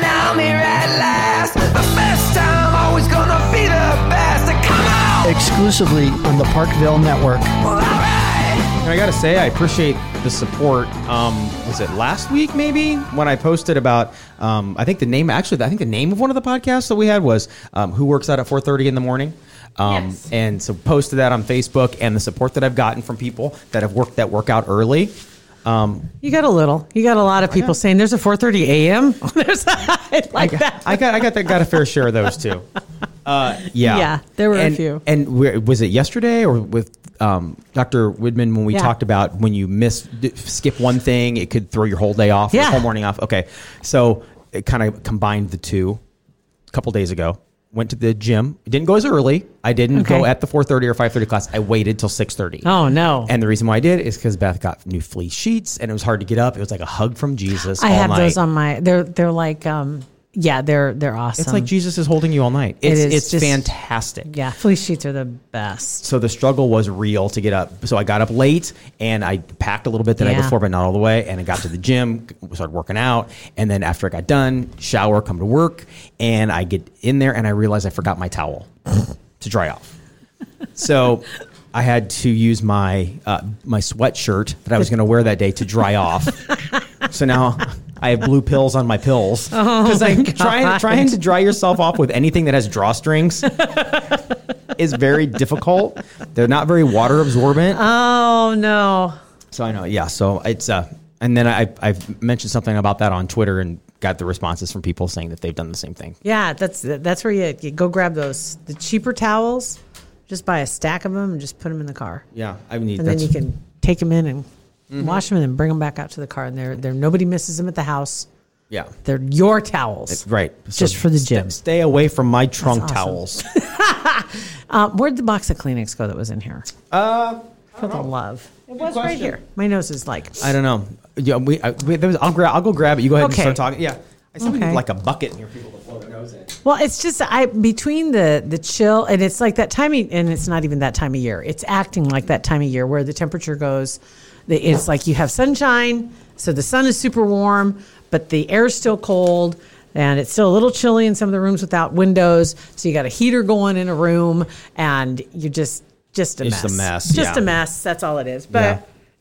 now I'm here at last. The best time, always gonna be the best. Come on! Exclusively on the Parkville Network. Well, alright. And I gotta say, I appreciate the support. Um, was it last week, maybe, when I posted about? Um, I think the name, actually, I think the name of one of the podcasts that we had was um, "Who Works Out at 4:30 in the Morning." Um, And so posted that on Facebook, and the support that I've gotten from people that have worked that workout early. Um, You got a little. You got a lot of people saying there's a 4:30 a.m. there's I like that. I got, I got, that, got a fair share of those too. Uh, yeah, Yeah, there were a And- few. And where, was it yesterday or with um, Dr. Widman when we Yeah. talked about when you miss d- skip one thing, it could throw your whole day off, your Yeah. whole morning off. Okay, so it kind of combined the two. A couple days ago, went to the gym. Didn't go as early. I didn't go Okay. at the four thirty or five thirty class. I waited till six thirty. Oh no. And the reason why I did is because Beth got new fleece sheets, and it was hard to get up. It was like a hug from Jesus. I all have night. those on my. They're they're like um yeah they're they're awesome. It's like Jesus is holding you all night. It's, is it's just- fantastic. yeah, fleece sheets are the best. So the struggle was real to get up. So I got up late and I packed a little bit the night Yeah. before, but not all the way. And I got to the gym, started working out. And then after I got done, shower, come to work. And I get in there and I realize I forgot my towel to dry off. So I had to use my, uh, my sweatshirt that I was going to wear that day to dry off. so now I have blue pills on my pills because I trying, Oh God. trying to dry yourself off with anything that has drawstrings is very difficult. They're not very water absorbent. Oh no. so I know, yeah. So it's uh, and then I I've mentioned something about that on Twitter and got the responses from people saying that they've done the same thing. Yeah, that's that's where you, you go grab those the cheaper towels. Just buy a stack of them and just put them in the car, Yeah, I need. and then you can take them in and Mm-hmm. wash them and then bring them back out to the car. And they're, they're nobody misses them at the house. yeah. They're your towels. Right, Just for the sta- gym. stay away from my trunk awesome. towels. Uh, where'd the box of Kleenex go that was in here? Uh, For the love. It was right here. My nose is like, I don't know. Yeah, we. I, we there was, I'll grab. I'll go grab it. You go ahead Okay. and start talking. Yeah, I see we need Okay. like a bucket in here. for People to blow their nose in. well, it's just I between the the chill and it's like that time of, and it's not even that time of year. It's acting like that time of year where the temperature goes. the- It's like you have sunshine, so the sun is super warm, but the air's still cold. And it's still a little chilly in some of the rooms without windows, so you got a heater going in a room, and you just just a It's a mess, mess, just yeah. a mess. That's all it is. But Yeah.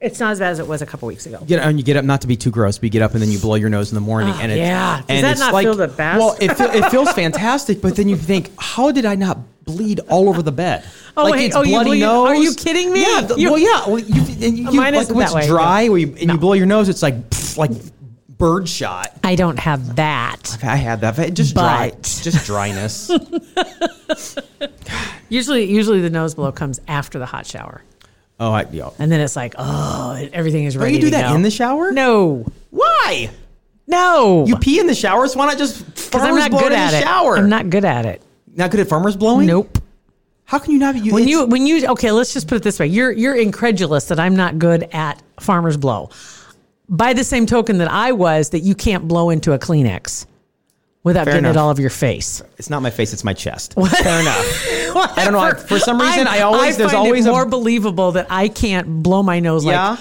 it's not as bad as it was a couple weeks ago. get and you get up not to be too gross, but you get up and then you blow your nose in the morning, and it, Ah, yeah. Does and that it's not like, feel the best? Well, it, feel, it feels fantastic, but then you think, how did I not bleed all over the bed? Oh, wait. Oh, you blew your- are you kidding me? Yeah, the- You- well, yeah, well, you, and you, you Mine like isn't when that it's way. dry, No. where you, and you blow your nose, it's like pff, like bird shot. I don't have that. I had that, just dry, But- just dryness. Usually, usually the nose blow comes after the hot shower, oh, I, yeah. and then it's like, oh, everything is Don't ready. you do to that go. in the shower? No, Why? no, You pee in the shower, so why not just because farmers I'm not blow good in at the it. shower? I'm not good at it. not good at farmers blowing. Nope. How can you not? be You, When it's- you when you okay, let's just put it this way: you're you're incredulous that I'm not good at farmer's blow. By the same token that I was, that you can't blow into a Kleenex without Fair getting it enough. all over your face. It's not my face; it's my chest. Fair enough. I don't know. I, for some reason, I'm- I always there's find always it a more believable that I can't blow my nose Yeah. like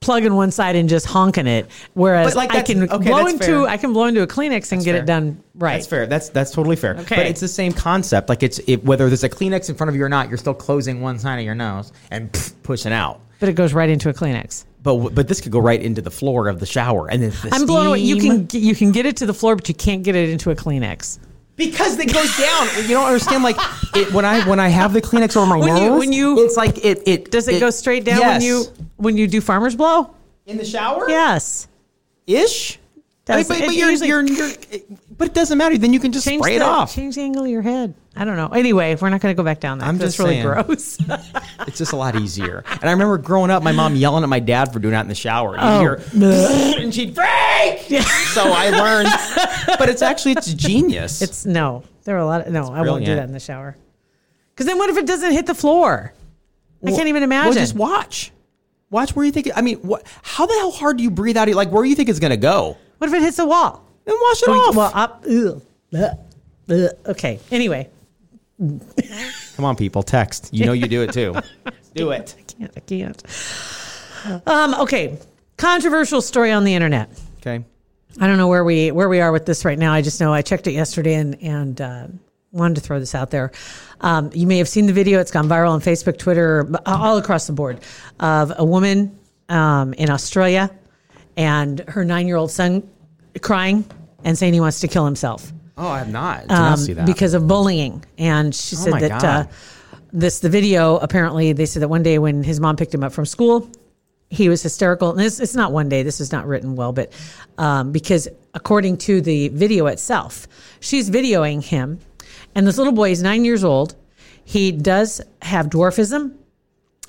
plugging one side and just honking it, whereas But, like, I that's- can okay, blow that's into fair. I can blow into a Kleenex and get fair. it done right. That's fair. That's that's totally fair. But Okay. it's the same concept. Like it's it, whether there's a Kleenex in front of you or not, you're still closing one side of your nose and pff, pushing out. But it goes right into a Kleenex. But w- but this could go right into the floor of the shower, and then the I'm blown away. You steam- can get- you can get it to the floor, but you can't get it into a Kleenex. because it goes down. You don't understand. Like it, when I when I have the Kleenex over my When nose, you- when you- it's like it it Does it, go straight down when yes. you when you do farmer's blow? in the shower? Yes. ish. Does- but, it but you're, usually- you're, you're, but But it doesn't matter. Then you can just spray the, it off. Change the angle of your head. I don't know. Anyway, we're not going to go back down there. I'm 'cause just it's really saying. gross. It's just a lot easier. And I remember growing up, my mom yelling at my dad for doing that in the shower. And Oh. you'd hear, and she'd freak. So I learned. But it's actually it's genius. it's no. There are a lot. Of, no, I won't do brilliant. that in the shower. Because then what if it doesn't hit the floor? I can't even imagine. Well, just watch. Watch where you think. It, I mean, what? How the hell hard do you breathe out? Like where you think it's gonna go? what if it hits the wall? Then wash it off. Well, up. Ugh, Ugh. Ugh. Okay. Anyway, Come on, people, text. You know you do it too. do it. I can't. I can't. Um, okay. Controversial story on the internet. Okay. I don't know where we where we are with this right now. I just know I checked it yesterday and and uh, wanted to throw this out there. Um, you may have seen the video; it's gone viral on Facebook, Twitter, b- all across the board, of a woman um, in Australia and her nine year old son crying and saying he wants to kill himself Oh, I have not. Did um, not see that. Oh because of bullying. And she said my that uh, God. this the video apparently they said that one day when his mom picked him up from school, he was hysterical. And this it's not one day. This is not written well, but um, because according to the video itself, she's videoing him, and this little boy is nine years old. He does have dwarfism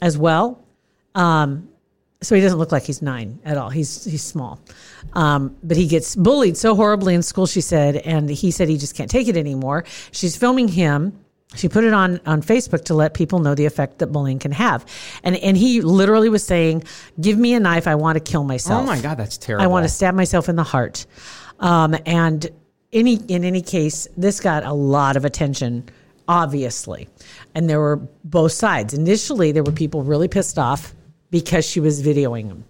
as well. Um, so he doesn't look like he's nine at all. He's he's small, um, but he gets bullied so horribly in school. She said, and he said he just can't take it anymore. She's filming him. She put it on on Facebook to let people know the effect that bullying can have, and and he literally was saying, "Give me a knife. I want to kill myself. oh my god, that's terrible. I want to stab myself in the heart." Um, and any in any case, this got a lot of attention, obviously, and there were both sides. Initially, there were people really pissed off because she was videoing him.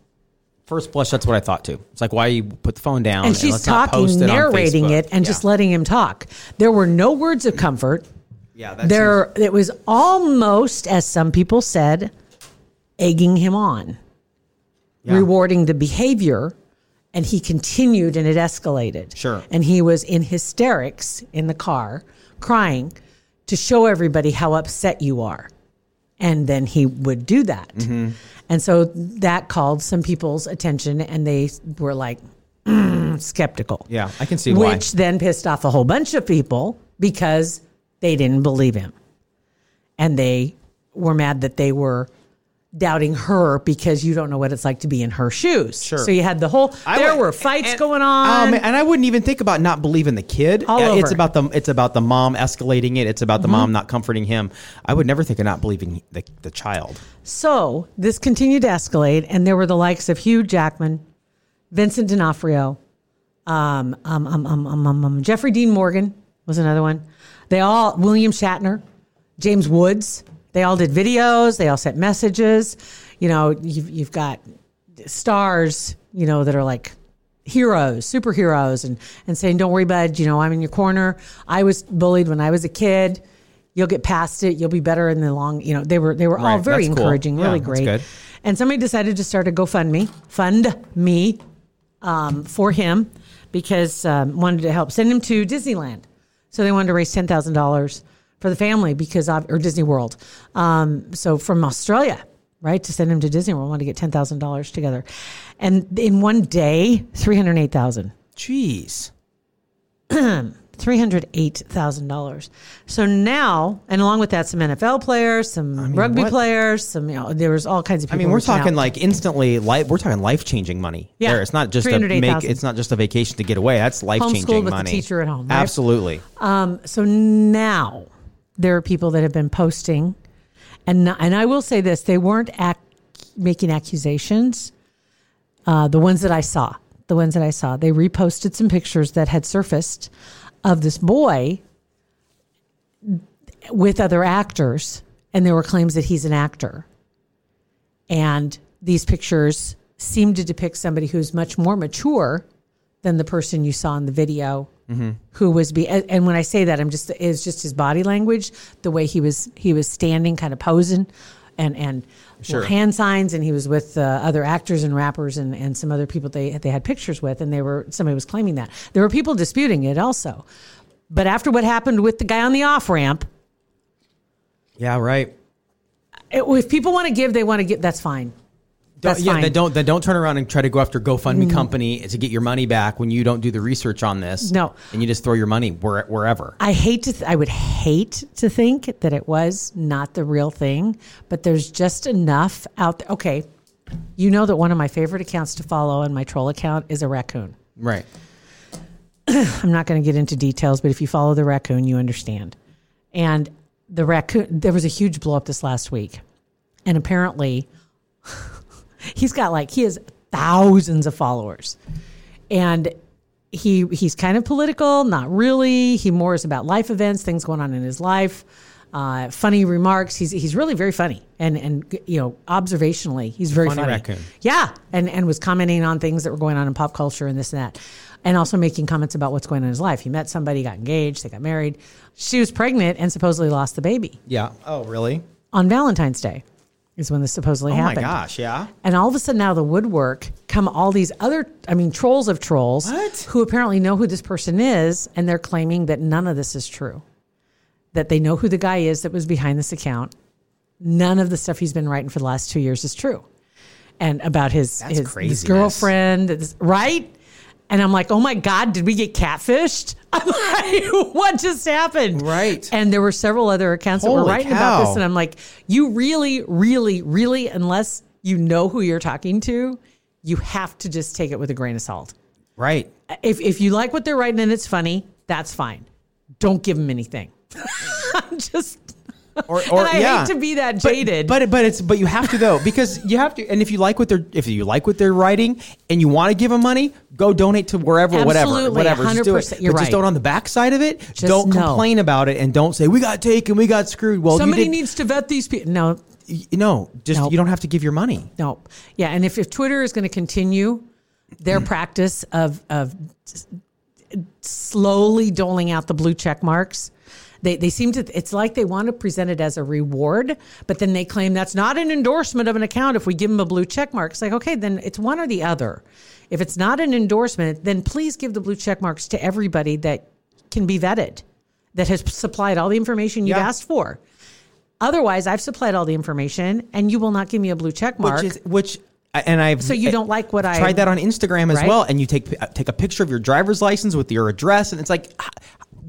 First blush, that's what I thought too. It's like why you put the phone down and she's let's not talking, post it on narrating Facebook. it, and Yeah. just letting him talk. There were no words of comfort. yeah, that There, it was almost, as some people said, egging him on, Yeah. rewarding the behavior, and he continued, and it escalated. Sure. and he was in hysterics in the car, crying to show everybody how upset you are. And then he would do that. Mm-hmm. And so that called some people's attention, and they were like skeptical Yeah, I can see why. which then pissed off a whole bunch of people because they didn't believe him and they were mad that they were doubting her because you don't know what it's like to be in her shoes Sure. so you had the whole I there would- were fights and- going on Oh, man, and I wouldn't even think about not believing the kid. All Uh, over. Mm-hmm. It's about the it's about the mom escalating it. It's about the mom not comforting him. I would never think of not believing the, the child. so this continued to escalate and there were the likes of hugh jackman vincent d'onofrio um, um, um, um, um, um, um, jeffrey dean morgan was another one they all william shatner James Woods. They all did videos. They all sent messages. You know, you've, you've got stars, you know, that are like heroes, superheroes, and, and saying, don't worry, bud. You know, I'm in your corner. I was bullied when I was a kid. You'll get past it. You'll be better in the long, you know, they were, they were all Right. very That's cool. encouraging, Yeah, really that's great. good. And somebody decided to start a GoFundMe, fund me um, for him because um, wanted to help send him to Disneyland. So they wanted to raise ten thousand dollars for the family because of, or Disney World. Um, so from Australia, right, to send him to Disney World, wanted to get ten thousand dollars together, and in one day, three hundred eight thousand. Jeez. $308,000. So now, and along with that, some NFL players, some rugby what- players, some, you know, there was all kinds of I people. mean, we're reaching out. talking like instantly life. We're talking life changing money. Yeah. There, it's not just a make. 308,000. It's not just a vacation to get away. That's life Homeschooled changing with the money. teacher at home, right? Absolutely. Um, so now there are people that have been posting and and I will say this they weren't ac- making accusations uh, the ones that I saw the ones that I saw they reposted some pictures that had surfaced of this boy with other actors and there were claims that he's an actor and these pictures seem to depict somebody who's much more mature than the person you saw in the video who was be and and when I say that I'm just it's just his body language, the way he was he was standing, kind of posing, and and little hand signs, and he was with uh, other actors and rappers and and some other people they they had pictures with, and they were somebody was claiming that there were people disputing it also, but after what happened with the guy on the off ramp, Yeah. Right. if people want to give, they want to give. That's fine. That's yeah, fine. Mm-hmm. That don't that don't turn around and try to go after GoFundMe company to get your money back when you don't do the research on this. No. and you just throw your money where, wherever. I hate to. Th- I would hate to think that it was not the real thing, but there's just enough out there. Okay, you know that one of my favorite accounts to follow and my troll account is a raccoon. Right. I'm not going to get into details, but if you follow the raccoon, you understand. And the raccoon, there was a huge blow up this last week, and apparently, he's got like he has thousands of followers, and he he's kind of political, not really. He more is about life events, things going on in his life, uh, funny remarks. He's he's really very funny, and and you know observationally, he's very Funny funny. raccoon. Yeah, and and was commenting on things that were going on in pop culture and this and that, and also making comments about what's going on in his life. He met somebody, got engaged, they got married. She was pregnant and supposedly lost the baby Yeah. Oh, really? on Valentine's Day, is when this supposedly Oh happened. my gosh. Yeah. And all of a sudden, out of the woodwork come all these other, I mean, trolls of trolls What? who apparently know who this person is, and they're claiming that none of this is true. That they know who the guy is that was behind this account. None of the stuff he's been writing for the last two years is true. And about his, That's his this craziness. girlfriend, this- right? And I'm like, oh my God, did we get catfished? I'm like, what just happened? Right. And there were several other accounts that were Holy writing about cow. this. And I'm like, you really, really, really, unless you know who you're talking to, you have to just take it with a grain of salt. Right. If, if you like what they're writing and it's funny, that's fine. Don't give them anything. I'm just, Or, And I hate to be that But- jaded. But, but it's but you have to though because you have to. And if you like what they're if you like what they're writing and you want to give them money, go donate to wherever, whatever, Absolutely, whatever. Just do it. 100%, you're but right. just don't on the backside of it. Just don't know. complain about it and don't say we got taken, we got screwed. Well, somebody you did, needs to vet these people. No, needs no. Just Nope. you don't have to give your money. no. Yeah. And if, if Twitter is going to continue their Mm. practice of, of slowly doling out the blue check marks. They, they seem to, it's like they want to present it as a reward, but then they claim that's not an endorsement of an account if we give them a blue check mark. It's like, okay, then it's one or the other. If it's not an endorsement, then please give the blue check marks to everybody that can be vetted, that has supplied all the information you've Yeah. asked for. Otherwise, I've supplied all the information and you will not give me a blue check mark. Which is which, and I've So you don't like what I- tried that on Instagram as Right? well, and you take take a picture of your driver's license with your address, and it's like. ah,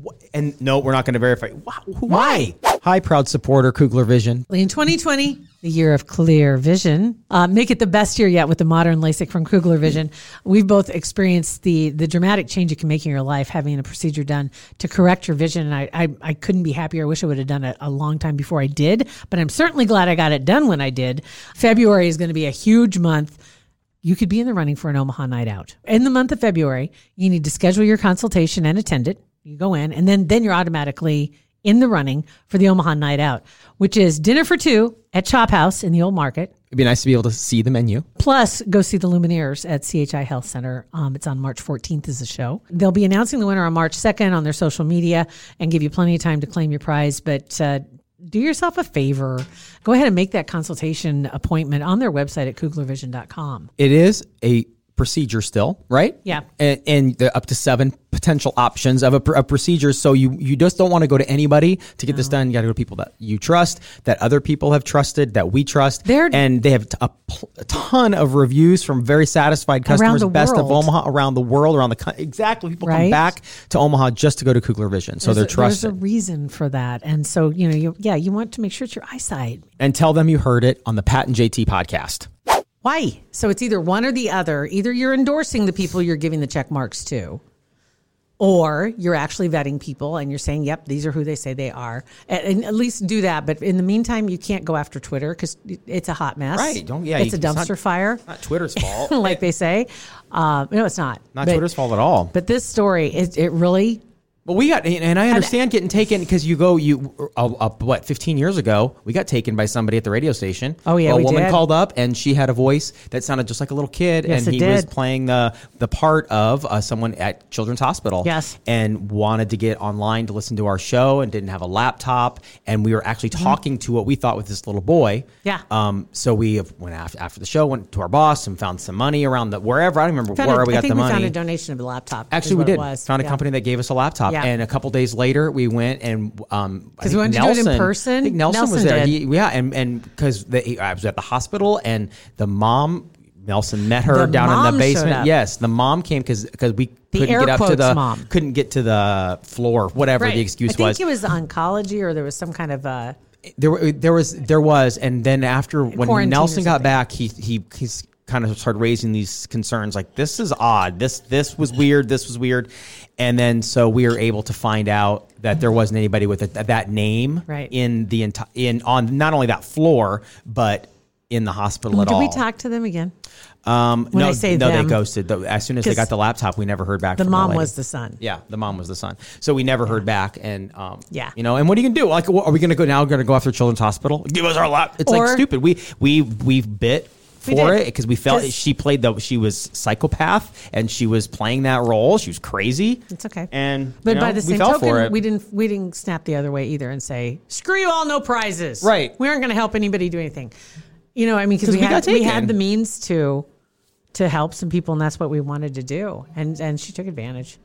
wh- And no, we're not going to verify. Wh- Why? Hi, proud supporter, Kugler Vision. In 2020, the year of clear vision, uh, make it the best year yet with the modern LASIK from Kugler Vision. We've both experienced the the dramatic change it can make in your life having a procedure done to correct your vision. And I, I, I couldn't be happier. I wish I would have done it a long time before I did, but I'm certainly glad I got it done when I did. February is going to be a huge month you could be in the running for an Omaha night out. In the month of February, you need to schedule your consultation and attend it. You go in, and then then you're automatically in the running for the Omaha night out, which is dinner for two at Chop House in the Old Market. It'd be nice to be able to see the menu. Plus, go see the Lumineers at CHI Health Center. Um, it's on March 14th is the show. They'll be announcing the winner on March 2nd on their social media and give you plenty of time to claim your prize. But uh, do yourself a favor. Go ahead and make that consultation appointment on their website at kuglervision.com. It is a procedure still, right? Yeah. And, and there are up to seven potential options of a, pr- of procedures. So you, you just don't want to go to anybody to get this done. You got to go to people that you trust, that other people have trusted, that we trust. They're- and they have t- a, pl- a ton of reviews from very satisfied customers, the best of world. Omaha, around the world, around the country. Exactly. People Right. come back to Omaha just to go to Kugler Vision. So they're There's a- trusted. There's a reason for that, and so you know, you, yeah, you want to make sure it's your eyesight. and tell them you heard it on the Pat and JT podcast. Why? So it's either one or the other. Either you're endorsing the people you're giving the check marks to, or you're actually vetting people and you're saying, "Yep, these are who they say they are." And, and at least do that. But in the meantime, you can't go after Twitter because it's a hot mess. Right. Don't- yeah, it's a you- it's dumpster not- fire, Not Twitter's fault. like they say. Uh, no, it's not. Not But- Twitter's fault at all. But this story, it, it really Well, we got, and- and I understand getting taken because you go, you uh, uh, what, fifteen years ago, we got taken by somebody at the radio station. Oh, yeah, a we woman did. called up and she had a voice that sounded just like a little kid, Yes, and it he was did. playing the the part of uh, someone at Children's Hospital. Yes. and wanted to get online to listen to our show and didn't have a laptop, and we were actually talking to what we thought was this little boy. Mm-hmm. Yeah. Um. So we have- went after, after the show, went to our boss and found some money around the wherever I don't remember found where a- we I got think the we money. found a donation of a laptop. is Actually, we what it did. was. Found a Yeah. company that gave us a laptop Yeah. And a couple days later, we went and um, I think 'Cause we wanted to do it in person. I think Nelson, was Nelson there. did. He, yeah, and and because I was at the hospital and the mom. Nelson met her The down in mom the showed basement. up. Yes, the mom came because we couldn't air get up to quotes the mom. couldn't get to the floor, whatever the excuse I think was. it was oncology or there was some kind of uh, there were- there was there was and then after when Quarantine or Nelson got something. back he he he's kind of started raising these concerns like this is odd this this was weird this was weird and then so we were able to find out that there wasn't anybody with a, that name Right. in the entire in on not only that floor but in the hospital at Did all we talk to them again? um when no, I say no them? they ghosted The- as soon as they 'Cause got the laptop we never heard back The from mom lady. was the son. Yeah, the mom was the son. So we never heard back, and um, Yeah. you know, and what are you gonna do? Like, what, are we gonna go now? Gonna go after Children's Hospital? Give us our lap. It's like Or- stupid. We we we bit We for did. it because we felt 'Cause- she played the she was psychopath and she was playing that role. She was crazy. It's okay. And you but by know, we the same fell for token, it. we didn't we didn't snap the other way either and say screw you all, no prizes. Right. We aren't going to help anybody do anything. You know, I mean, 'Cause because we, we had got we had taken. the means to to help some people, and that's what we wanted to do. And and she took advantage.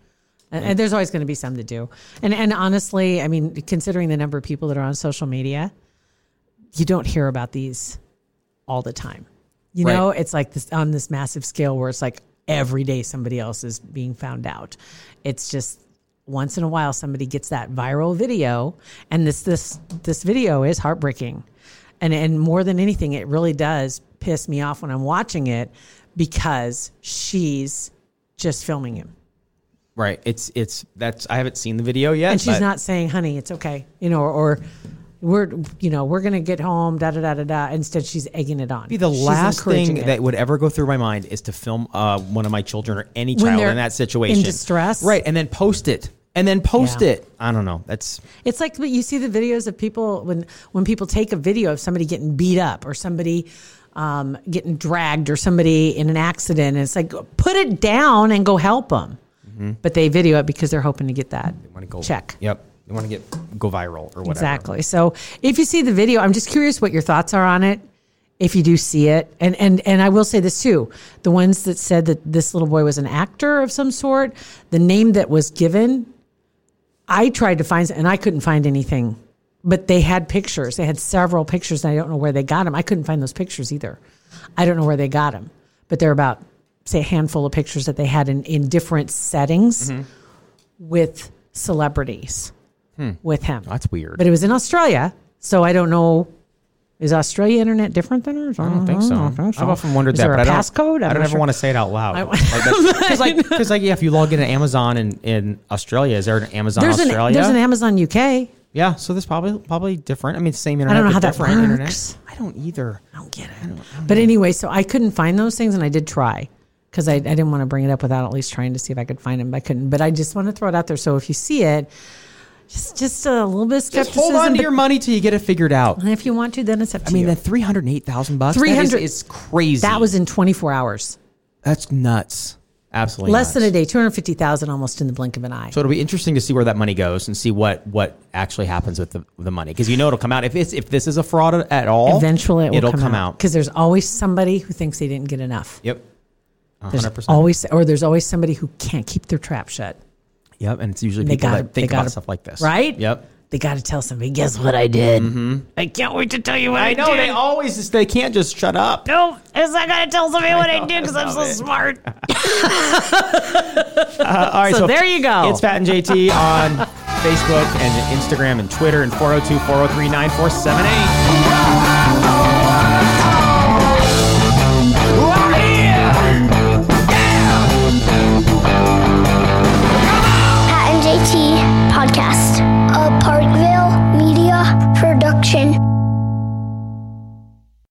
And, and there's always going to be some to do. And and honestly, I mean, considering the number of people that are on social media, you don't hear about these all the time. You Right. know, it's like this on this massive scale where it's like every day somebody else is being found out. It's just once in a while somebody gets that viral video and this this this video is heartbreaking. And and more than anything it really does piss me off when I'm watching it because she's just filming him. right. It's it's that's I haven't seen the video yet. And she's but- not saying, honey, it's okay, you know, or, or we're, you know, we're going to get home, da da da da da. Instead, she's egging it on. Be the She's last encouraging thing it. that would ever go through my mind is to film uh, one of my children or any When child they're in that situation in distress. right? And then post it, and then post Yeah. it. I don't know. That's It's like but you see the videos of people when when people take a video of somebody getting beat up or somebody um, getting dragged or somebody in an accident. And it's like put it down and go help them. But they video it because they're hoping to get that want to Mm-hmm. go check. Yep, they want to get go viral or whatever. Exactly. So if you see the video, I'm just curious what your thoughts are on it. If you do see it, and and and I will say this too, the ones that said that this little boy was an actor of some sort, the name that was given, I tried to find and I couldn't find anything. But they had pictures. They had several pictures, and I don't know where they got them. I couldn't find those pictures either. I don't know where they got them, but they're about say a handful of pictures that they had in in different settings Mm-hmm. with celebrities with him. Hmm. That's weird. But it was in Australia, so I don't know. Is Australia internet different than ours? I don't think so. I've often wondered Mm-hmm. that. Is there but a I don't, passcode? I don't I'm not ever sure. want to say it out I- loud. Because like, because like, yeah, if you log into Amazon in, in Australia, is there an Amazon There's an, Australia? there's an Amazon UK. I yeah, so there's probably probably different. I mean, same internet. don't know but how that different Internet. works. I don't either. don't get it. But anyway, so I couldn't find those things, and I did try because I, I didn't want to bring it up without at least trying to see if I could find them. But I couldn't. But I just want to throw it out there. So if you see it, just just a little bit of Just skepticism. hold on to but- your money till you get it figured out. and if you want to, then it's up to I mean, you. that three hundred eight thousand bucks. Three hundred 300 is crazy. that was in 24 hours, that's nuts. Absolutely less than a nuts. day, 250,000 almost in the blink of an eye. So it'll be interesting to see where that money goes and see what what actually happens with the, the money because you know it'll come out if it's if this is a fraud at all. Eventually, it will Oh, it'll come out. because there's always somebody who thinks they didn't get enough. Yep. A There's Hundred percent. always, or there's always somebody who can't keep their trap shut. Yep, and it's usually They people gotta- that think they about gotta- stuff like this, right? Yep. They got to tell somebody. Guess what I did? I can't wait to tell you what I, Mm-hmm. I know did. they always just, they can't just shut up. no, it's I got to tell somebody what I did because I'm so love it. smart. Uh, all right, So there you go. It's Pat and oh JT on Facebook and Instagram and Twitter and 402 403 9478.